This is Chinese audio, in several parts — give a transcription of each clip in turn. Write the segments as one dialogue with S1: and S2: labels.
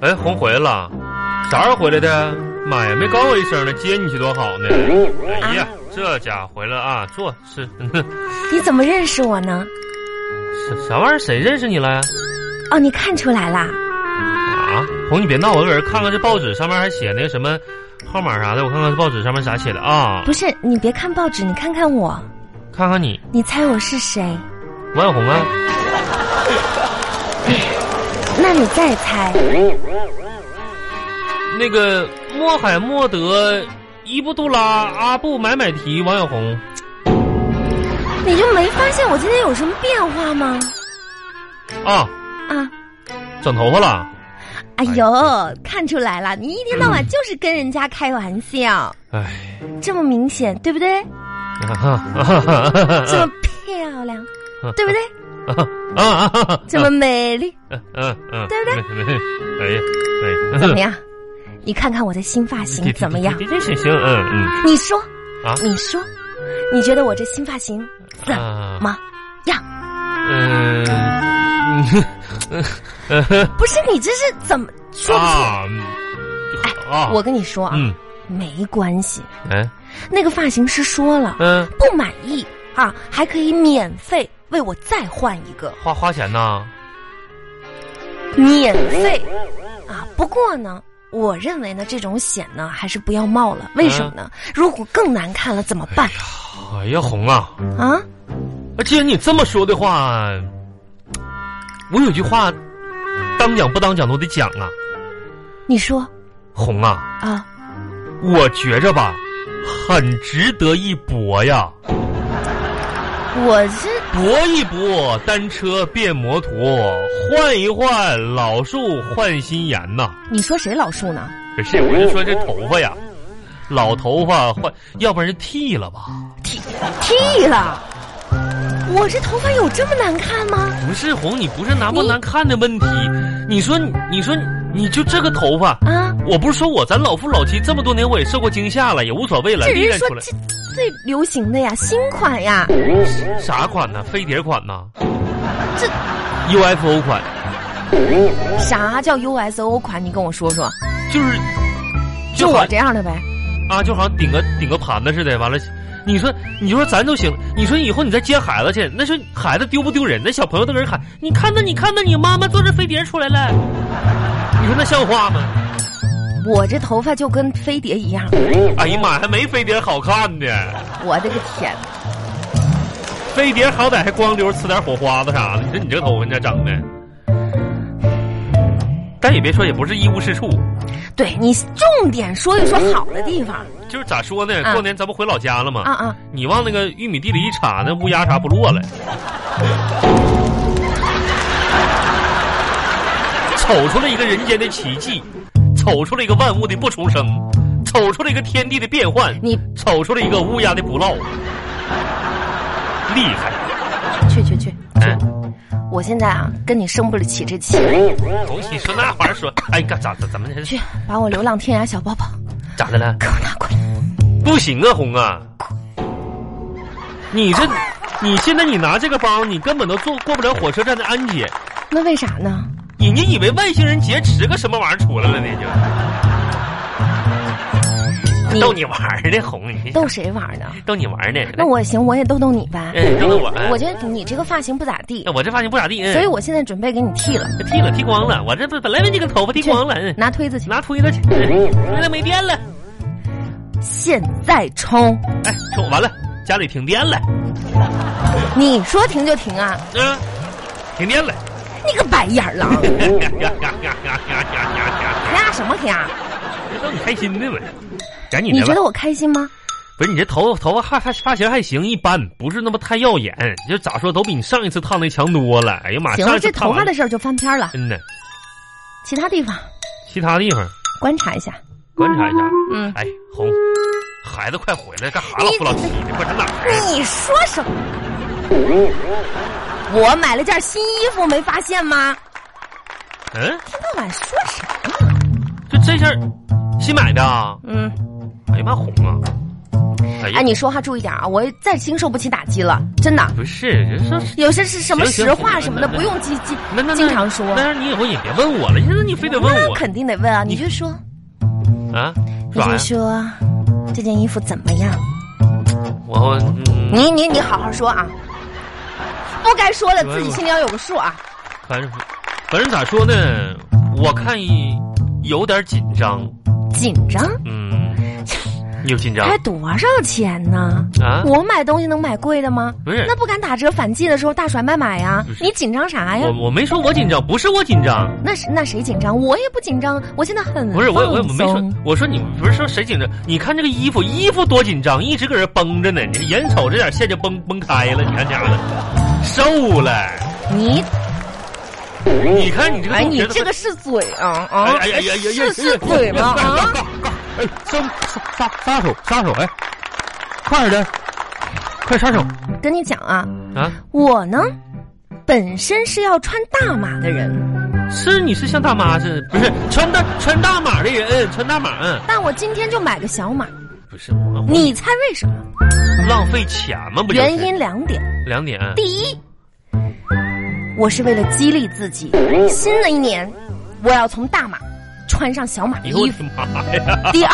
S1: 哎，红回来了，啥时候回来的？妈呀，没告我一声呢，接你去多好呢！哎呀，这家伙回来啊，坐是
S2: 你怎么认识我呢？
S1: 啥啥玩意儿？谁认识你了呀？
S2: 哦，你看出来啦？
S1: 啊，红，你别闹，我搁这看看这报纸上面还写那个什么号码啥的，我看看这报纸上面啥写的啊？
S2: 不是，你别看报纸，你看看我，
S1: 看看你，
S2: 你猜我是谁？
S1: 王小红啊，
S2: 那你再猜，
S1: 那个莫海默德、伊布杜拉、阿布买买提、王小红，
S2: 你就没发现我今天有什么变化吗？
S1: 啊，
S2: 啊，
S1: 整头发了。
S2: 哎呦，看出来了，你一天到晚就是跟人家开玩笑，
S1: 哎，
S2: 这么明显，对不对？
S1: 啊哈啊哈啊哈啊
S2: 这么漂亮，
S1: 啊
S2: 对不对？
S1: 啊啊啊啊！
S2: 这么美丽，
S1: 嗯嗯嗯，
S2: 对不对
S1: 没？没没哎呀，哎，
S2: 怎么样？你看看我的新 发型怎么样？
S1: 行行行，嗯嗯
S2: 你说，
S1: 啊
S2: 你说，你觉得我这新发型怎
S1: 啊，
S2: 么样？
S1: 嗯嗯嗯
S2: 不是你这是怎么说不出？
S1: 啊，啊，
S2: 我跟你说啊，
S1: 嗯
S2: 没关系，
S1: 哎
S2: 那个发型师说了，
S1: 嗯，
S2: 不满意啊，还可以免费为我再换一个，
S1: 花花钱呐，
S2: 免费啊。不过呢。我认为呢，这种险呢还是不要冒了。为什么呢？如果更难看了怎么办
S1: 嗯哎呀红啊，
S2: 啊？
S1: 既然你这么说的话，我有句话，当讲不当讲都得讲啊，
S2: 你说
S1: 红啊，
S2: 啊，
S1: 我觉着吧，很值得一搏呀。
S2: 我是
S1: 搏一搏，单车变摩托，换一换老树换新颜呐。
S2: 你说谁老树呢？
S1: 不是，我是说这头发呀，老头发换，要不然就剃了吧？
S2: 剃剃了，我这头发有这么难看吗？
S1: 不是红，你不是难不
S2: 你
S1: 难看的问题，你说你你说你就这个头发，
S2: 啊，
S1: 我不是说我咱老夫老妻这么多年我也受过惊吓了，也无所谓了，
S2: 这
S1: 历
S2: 人
S1: 练
S2: 说
S1: 出来
S2: 这最流行的呀，新款呀，
S1: 啥款呢？飞碟款呢
S2: 这
S1: ？UFO 款，
S2: 啥叫 USO 款？你跟我说说，
S1: 就是
S2: 就
S1: 好
S2: 我这样的呗。
S1: 啊，就好像顶个顶个盘子似的。完了，你说你说咱都行，你说以后你再接孩子去，那说孩子丢不丢人？那小朋友都搁这喊，你看那你看那你妈妈坐着飞碟出来了，你说那像话吗？
S2: 我这头发就跟飞碟一样，
S1: 哎呀妈呀，还没飞碟好看呢，
S2: 我的个天！
S1: 飞碟好歹还光溜呲点火花子啥的。你说你这头发你咋整的？但也别说，也不是一无是处，
S2: 对你重点说一说好的地方
S1: 就是咋说呢？
S2: 啊
S1: 过年咱不回老家了吗？
S2: 啊啊！
S1: 你往那个玉米地里一插，那乌鸦啥不落来？ 瞅出了一个人间的奇迹，瞅出了一个万物的不重生，瞅出了一个天地的变幻，
S2: 你
S1: 瞅出了一个乌鸦的不落。厉害！
S2: 去去去，
S1: 哎，
S2: 我现在啊跟你生不了起这气，
S1: 红喜说那玩意儿说，哎，干咋咋怎么的
S2: 去把我流浪天涯小包包
S1: 咋的了？
S2: 给我拿过来。
S1: 不行啊，红啊！你这，你现在你拿这个包，你根本都坐过不了火车站的安检。
S2: 那为啥呢？
S1: 人家以为外星人劫持个什么玩意儿出来了呢，就
S2: 你
S1: 逗你玩儿呢，哄你，
S2: 逗谁玩呢？
S1: 逗你玩儿呢。
S2: 那我也行，我也逗逗你呗。
S1: 嗯，逗逗我。哎
S2: 我觉得你这个发型不咋地，
S1: 我这发型不咋地，嗯
S2: 所以我现在准备给你剃了，
S1: 剃了剃光了。我这不本来没这个头发剃光了，嗯
S2: 拿推子去。
S1: 拿推子去，嗯推子没电了，
S2: 现在冲！
S1: 哎，冲完了，家里停电了，
S2: 你说停就停啊！
S1: 嗯，停电了，
S2: 你个白眼狼，
S1: 呀呀呀呀呀呀呀呀呀，
S2: 呀什么呀？
S1: 这逗你开心呢呗。赶紧
S2: 你
S1: 的
S2: 觉
S1: 吧
S2: 得，我开心吗？
S1: 不是你这头头发还还发型还行，一般，不是那么太耀眼，就咋说都比你上一次烫的强多了。哎呀妈，
S2: 行
S1: 上
S2: 了，
S1: 一次
S2: 这
S1: 烫
S2: 头
S1: 完
S2: 发的事儿就翻篇了，
S1: 真的，
S2: 其他地方
S1: 其他地方
S2: 观察一下。
S1: 观察一下。
S2: 嗯，
S1: 哎，红，孩子快回来，干啥老夫老妻的？快上哪儿？啊
S2: 你说什么？我买了件新衣服，没发现吗？
S1: 嗯，
S2: 一天到晚说什么？
S1: 就这事儿，新买的啊？
S2: 嗯，
S1: 哎呀妈，红啊！哎呀
S2: 哎，你说话注意点啊！我再经受不起打击了，真的。
S1: 不是，人说是
S2: 有些是什么
S1: 行行
S2: 实话
S1: 行
S2: 什么的，
S1: 那
S2: 不用记记
S1: 那那那
S2: 经常说。
S1: 但是你以后也别问我了，现在你非得问
S2: 那
S1: 我
S2: 肯定得问啊！你就说，
S1: 啊？
S2: 你
S1: 啥
S2: 就
S1: 呀？
S2: 说这件衣服怎么样？
S1: 我嗯，
S2: 你你你好好说啊！不该说的
S1: 我
S2: 自己心里要有个数啊！
S1: 反正反正咋说呢，我看一有点紧张，
S2: 紧张？
S1: 嗯，你有紧张
S2: 才多少钱呢？
S1: 啊？
S2: 我买东西能买贵的吗？
S1: 不是
S2: 那不敢打折反季的时候大甩卖买呀
S1: 不！是
S2: 你紧张啥呀
S1: 我？我没说我紧张，不是我紧张，
S2: 那是那谁紧张？我也不紧张，我现在很
S1: 不是我我我
S2: 放
S1: 没说
S2: 松，
S1: 我说你不是说谁紧张？你看这个衣服，衣服多紧张，一直搁这绷着呢。你眼瞅这点线就绷绷开了，你看家的，瘦了。
S2: 你
S1: 你看你这个，
S2: 哎，你这个，是嘴啊啊！
S1: 哎呀呀呀呀，
S2: 是是嘴吗？啊！！
S3: 哎，杀杀杀手，杀手！哎，快点，快杀手！
S2: 跟你讲啊，
S1: 啊，
S2: 我呢，本身是要穿大码的人，
S1: 是你是像大妈似的，不是穿大穿大码的人，穿大码，嗯，
S2: 但我今天就买个小码，
S1: 不是我
S2: 你猜为什么？
S1: 浪费钱吗？不就是
S2: 原因两点：
S1: 两点，
S2: 第一，我是为了激励自己，新的一年我要从大码穿上小码的
S1: 哎呦我
S2: 衣
S1: 的
S2: 服；
S1: 妈呀！
S2: 第二，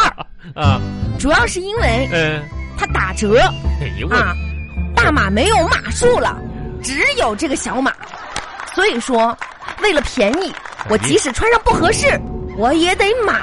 S1: 啊，
S2: 主要是因为
S1: 嗯，
S2: 它打折
S1: 哎呦我，
S2: 啊，大码没有码数了，只有这个小码，所以说为了便宜，我即使穿上不合适，我也得买。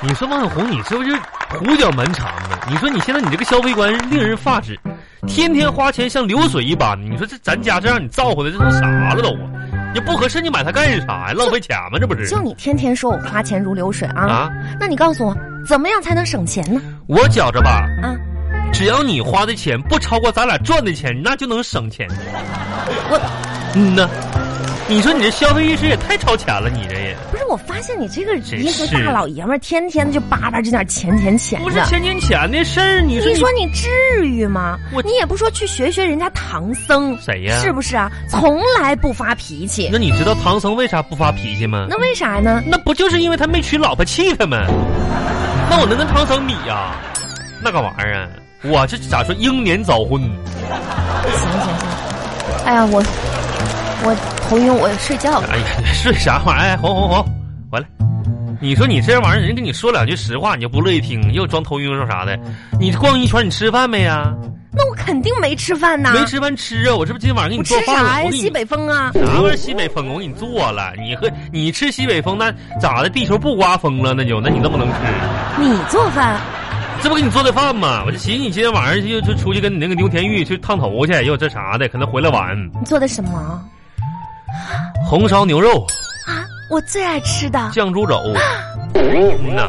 S1: 你说王小红，你是不是胡搅蛮缠呢？你说你现在你这个消费观令人发指，天天花钱像流水一般。你说这咱家这让你造回来，这都啥了都啊？你不合适你买它干啥呀？浪费钱吗？这不是
S2: 就你天天说我花钱如流水啊，
S1: 啊？
S2: 那你告诉我怎么样才能省钱呢？
S1: 我觉着吧，
S2: 啊，
S1: 只要你花的钱不超过咱俩赚的钱，那就能省钱。我，嗯呐，你说你这消费意识也太超前了，你这也
S2: 不是，我发现你这个
S1: 真
S2: 一个
S1: 是
S2: 大老爷们儿，天天就叭叭这点钱钱钱
S1: 不是
S2: 的。
S1: 千年前的事儿。你说
S2: 你说你至于吗
S1: 我？
S2: 你也不说去学学人家唐僧，
S1: 谁呀
S2: 是不是啊？从来不发脾气，
S1: 那你知道唐僧为啥不发脾气吗？
S2: 那为啥呢？
S1: 那不就是因为他没娶老婆气他吗？那我能跟唐僧比呀、那个玩意儿啊，我这咋说英年早婚？
S2: 行行行，哎呀，我我头晕，我睡觉吧。
S1: 哎呀， 睡啥玩意儿？哎红红红，回来！你说你这玩意儿，人跟你说两句实话，你就不乐意听，又装头晕说啥的。你逛一圈，你吃饭没呀？
S2: 那我肯定没吃饭呐，
S1: 没吃饭吃啊！我这不今晚给
S2: 我
S1: 你
S2: 吃
S1: 做饭
S2: 啥
S1: 了，
S2: 呀？
S1: 我给你
S2: 西北风啊！
S1: 啥玩意儿西北风？我给你做了。你喝你吃西北风，那咋的？地球不刮风了？那就那你能不能吃？
S2: 你做饭，
S1: 这不给你做的饭吗？我就寻思你今天晚上就就出去跟你那个牛田玉去烫头去，又这啥的，可能回来晚。
S2: 你做的什么？
S1: 红烧牛肉、
S2: 啊，我最爱吃的。
S1: 酱猪肘，嗯呐，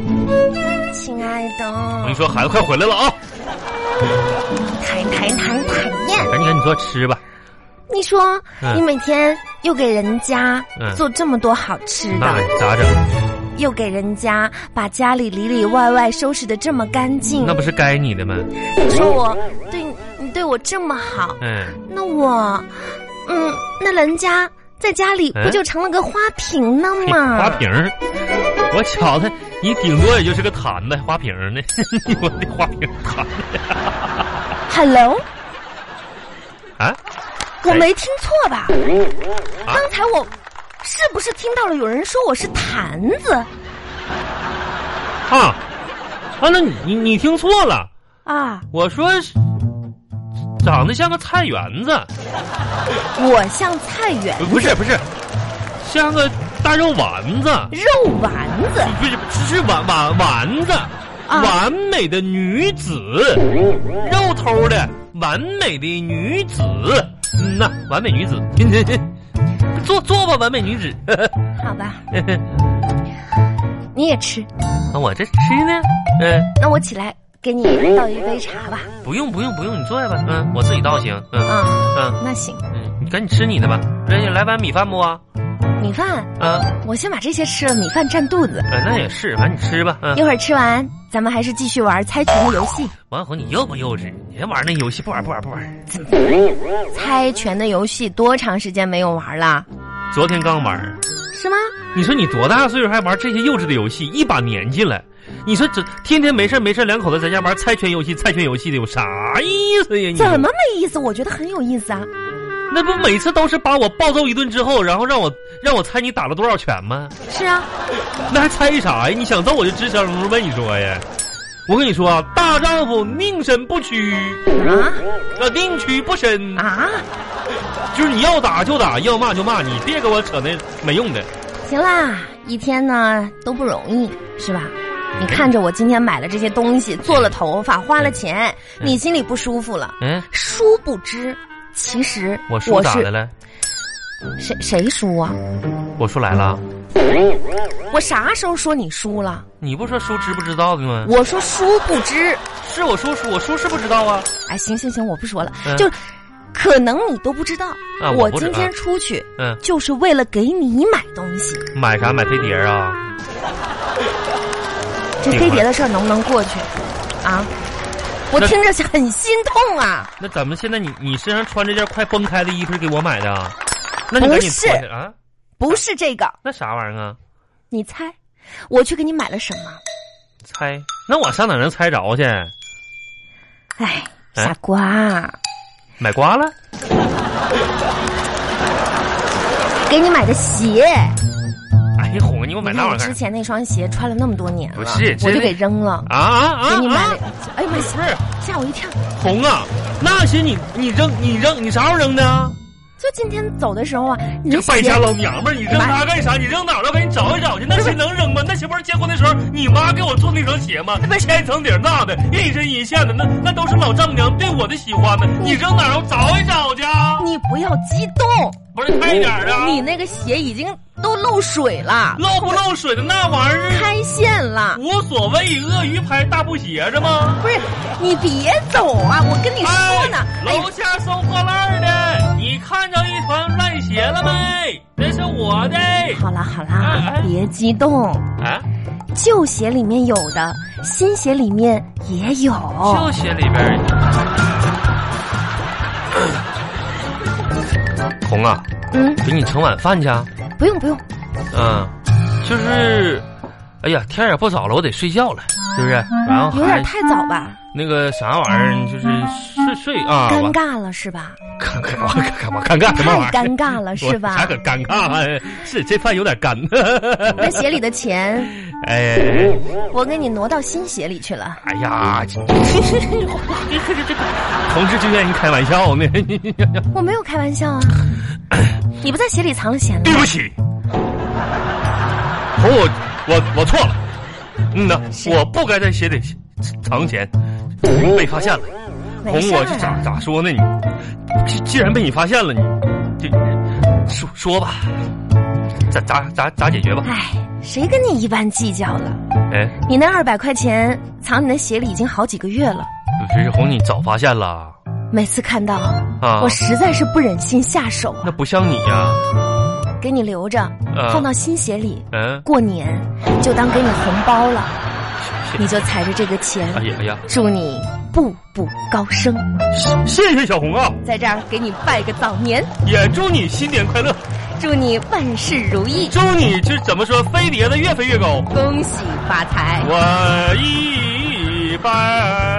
S1: 我跟你，
S2: 亲爱的
S1: 说，孩子快回来了啊！
S2: 谈谈谈谈厌，
S1: 赶紧赶紧坐吃吧。
S2: 你说、
S1: 嗯
S2: 你每天又给人家
S1: 嗯
S2: 做这么多好吃的，
S1: 那咋整？
S2: 又给人家把家里里里外外收拾的这么干净
S1: 那，不是该你的吗？
S2: 你说我对你你对我这么好，
S1: 嗯，
S2: 那我，嗯，那人家在家里
S1: 嗯
S2: 不就成了个花瓶了
S1: 嘿
S2: 吗？
S1: 花瓶儿，我瞧他，你顶多也就是个坛子，花瓶儿呢。 我的花瓶儿坛
S2: ，Hello，
S1: 哎啊！
S2: 我
S1: 哎
S2: 没听错吧？
S1: 啊
S2: 刚才我是不是听到了有人说我是坛子
S1: 啊啊！那你你你听错了，
S2: 啊？
S1: 我说是长得像个菜园子，
S2: 我像菜园
S1: 不是不是，像个大肉丸子，
S2: 肉丸子，
S1: 不是是是丸丸丸子，完美的女子，肉头的完美的女子，嗯呐，完美女子， 坐坐吧，完美女子。
S2: 好吧，你也吃，
S1: 那我这吃呢，嗯、
S2: 那我起来给你倒一杯茶吧。
S1: 不用不用不用，你坐下吧，嗯，我自己倒行，嗯
S2: 啊，
S1: 嗯
S2: 那行，
S1: 嗯，你赶紧吃你的吧，来来碗米饭不啊？
S2: 米饭
S1: 啊，
S2: 我先把这些吃了，米饭占肚子。
S1: 呃那也是，反正你吃吧，嗯、
S2: 一会儿吃完，咱们还是继续玩猜拳的游戏。
S1: 王小红，你幼不幼稚？你这玩意儿那游戏不玩不玩不玩。
S2: 猜拳的游戏多长时间没有玩了？
S1: 昨天刚玩儿，
S2: 是吗？
S1: 你说你多大岁数还玩这些幼稚的游戏？一把年纪了，你说这天天没事儿没事儿两口子在家玩猜拳游戏，猜拳游戏的有啥意思呀？你
S2: 怎么没意思？我觉得很有意思啊！
S1: 那不每次都是把我暴揍一顿之后，然后让我让我猜你打了多少拳吗？
S2: 是啊，
S1: 那还猜啥呀？你想揍我就吱声呗！你说呀？我跟你说啊，大丈夫宁身不屈，啊，宁屈不伸
S2: 啊，
S1: 就是你要打就打，要骂就骂你，别给我扯那没用的。
S2: 行啦，一天呢都不容易，是吧？你看着我今天买了这些东西，做了头发，花了钱，你心里不舒服了。
S1: 嗯，
S2: 殊不知，其实
S1: 我
S2: 我
S1: 叔咋的啊
S2: 是
S1: 了？
S2: 谁谁输啊？
S1: 我叔来了，
S2: 我啥时候说你输了？
S1: 你不说叔知不知道的吗？
S2: 我说殊不知。
S1: 是我叔叔，我叔是不知道啊。
S2: 哎，行行行，我不说了，
S1: 嗯
S2: 就是可能你都不知道，
S1: 啊
S2: 我
S1: 我不知
S2: 今天
S1: 啊
S2: 出去
S1: 嗯，
S2: 就是为了给你买东西。
S1: 买啥买飞碟啊？
S2: 这
S1: 明白
S2: 飞碟的事儿能不能过去？啊，我
S1: 那
S2: 听着是很心痛啊！
S1: 那咱们现在你你身上穿这件快崩开的衣服是给我买的啊？那你
S2: 不
S1: 赶紧
S2: 是
S1: 脱下啊？
S2: 不是这个，
S1: 那啥玩意儿啊？
S2: 你猜，我去给你买了什么？
S1: 猜？那我上哪能猜着去？
S2: 哎，
S1: 哎
S2: 傻瓜，
S1: 买瓜了？
S2: 给你买的鞋。
S1: 哎呀，哄你给我买
S2: 你
S1: 那
S2: 看
S1: 玩
S2: 我
S1: 意
S2: 之
S1: 儿
S2: 前那双鞋穿了那么多年了，
S1: 不是
S2: 我
S1: 这
S2: 就给扔了，
S1: 啊啊啊！
S2: 给你买
S1: 啊
S2: 了。哎呀妈，
S1: 不是
S2: 呀，吓我一跳！
S1: 红啊，那些你你扔你扔你啥时候扔的啊？
S2: 就今天走的时候啊，你
S1: 这
S2: 的
S1: 败
S2: 鞋
S1: 家老娘们儿，你
S2: 哎
S1: 扔它干啥？你扔哪儿了？赶紧找一找去。那鞋能扔吗？那鞋不是结婚的时候你妈给我做那双鞋吗？
S2: 不是
S1: 千层底儿大的，一身一下的，那那都是老丈母娘对我的喜欢呢。你扔哪儿？我找一找去啊。
S2: 你不要激动，
S1: 不是快点儿啊！
S2: 你那个鞋已经都漏水了，
S1: 漏不漏水的那玩意儿
S2: 开线了。
S1: 无所谓，鳄鱼牌大布鞋是吗？
S2: 不是，你别走啊！我跟你说呢，哎呀
S1: 楼下收破烂的，你看着一团烂鞋了没？这是我的。
S2: 好啦好
S1: 哎
S2: 啦
S1: 哎，
S2: 别激动，
S1: 啊，
S2: 旧鞋里面有的，新鞋里面也有。
S1: 就鞋里边儿。红啊，
S2: 嗯，
S1: 给你盛碗饭去啊。
S2: 不用不用，
S1: 嗯，就是，哎呀，天也不早了，我得睡觉了，是不是？然后
S2: 嗯有
S1: 还
S2: 点太早吧，
S1: 那个啥玩意儿，就是睡睡啊，
S2: 尴
S1: 我
S2: 尬了 是吧？
S1: 看看我看我看看什么玩意
S2: 太
S1: 儿？
S2: 尴尬了 是
S1: 我啥
S2: 吧
S1: 可？尴尬啊？是这饭有点干。
S2: 那鞋里的钱
S1: 哎，
S2: 我给你挪到新鞋里去了。
S1: 哎呀，这 这这这同志就愿意开玩笑呢。
S2: 我没有开玩 笑啊，你不在鞋里藏了钱
S1: 对
S2: 呢？
S1: 不起，红，我我我错了。嗯呐，我不该在鞋底藏钱，被发现了。
S2: 没
S1: 红，
S2: 事
S1: 我这咋
S2: 儿，啊
S1: 咋说呢？你既既然被你发现了，你这说说吧，咋咋咋咋解决吧？
S2: 哎，谁跟你一般计较了？
S1: 哎，
S2: 你那二百块钱藏你的鞋里已经好几个月了，
S1: 这是红，你早发现了
S2: 每次看到
S1: 啊
S2: 我？实在是不忍心下手啊，
S1: 那不像你呀、
S2: 给你留着，
S1: 啊
S2: 放到新鞋里，
S1: 嗯，
S2: 过年就当给你红包了，你就踩着这个钱
S1: 哎，呀哎呀，
S2: 祝你步步高升，
S1: 谢谢小红啊，
S2: 在这儿给你拜个早年，
S1: 也祝你新年快乐，
S2: 祝你万事如意，
S1: 祝你这怎么说，飞碟的越飞越高。
S2: 恭喜发财。
S1: 我一拜。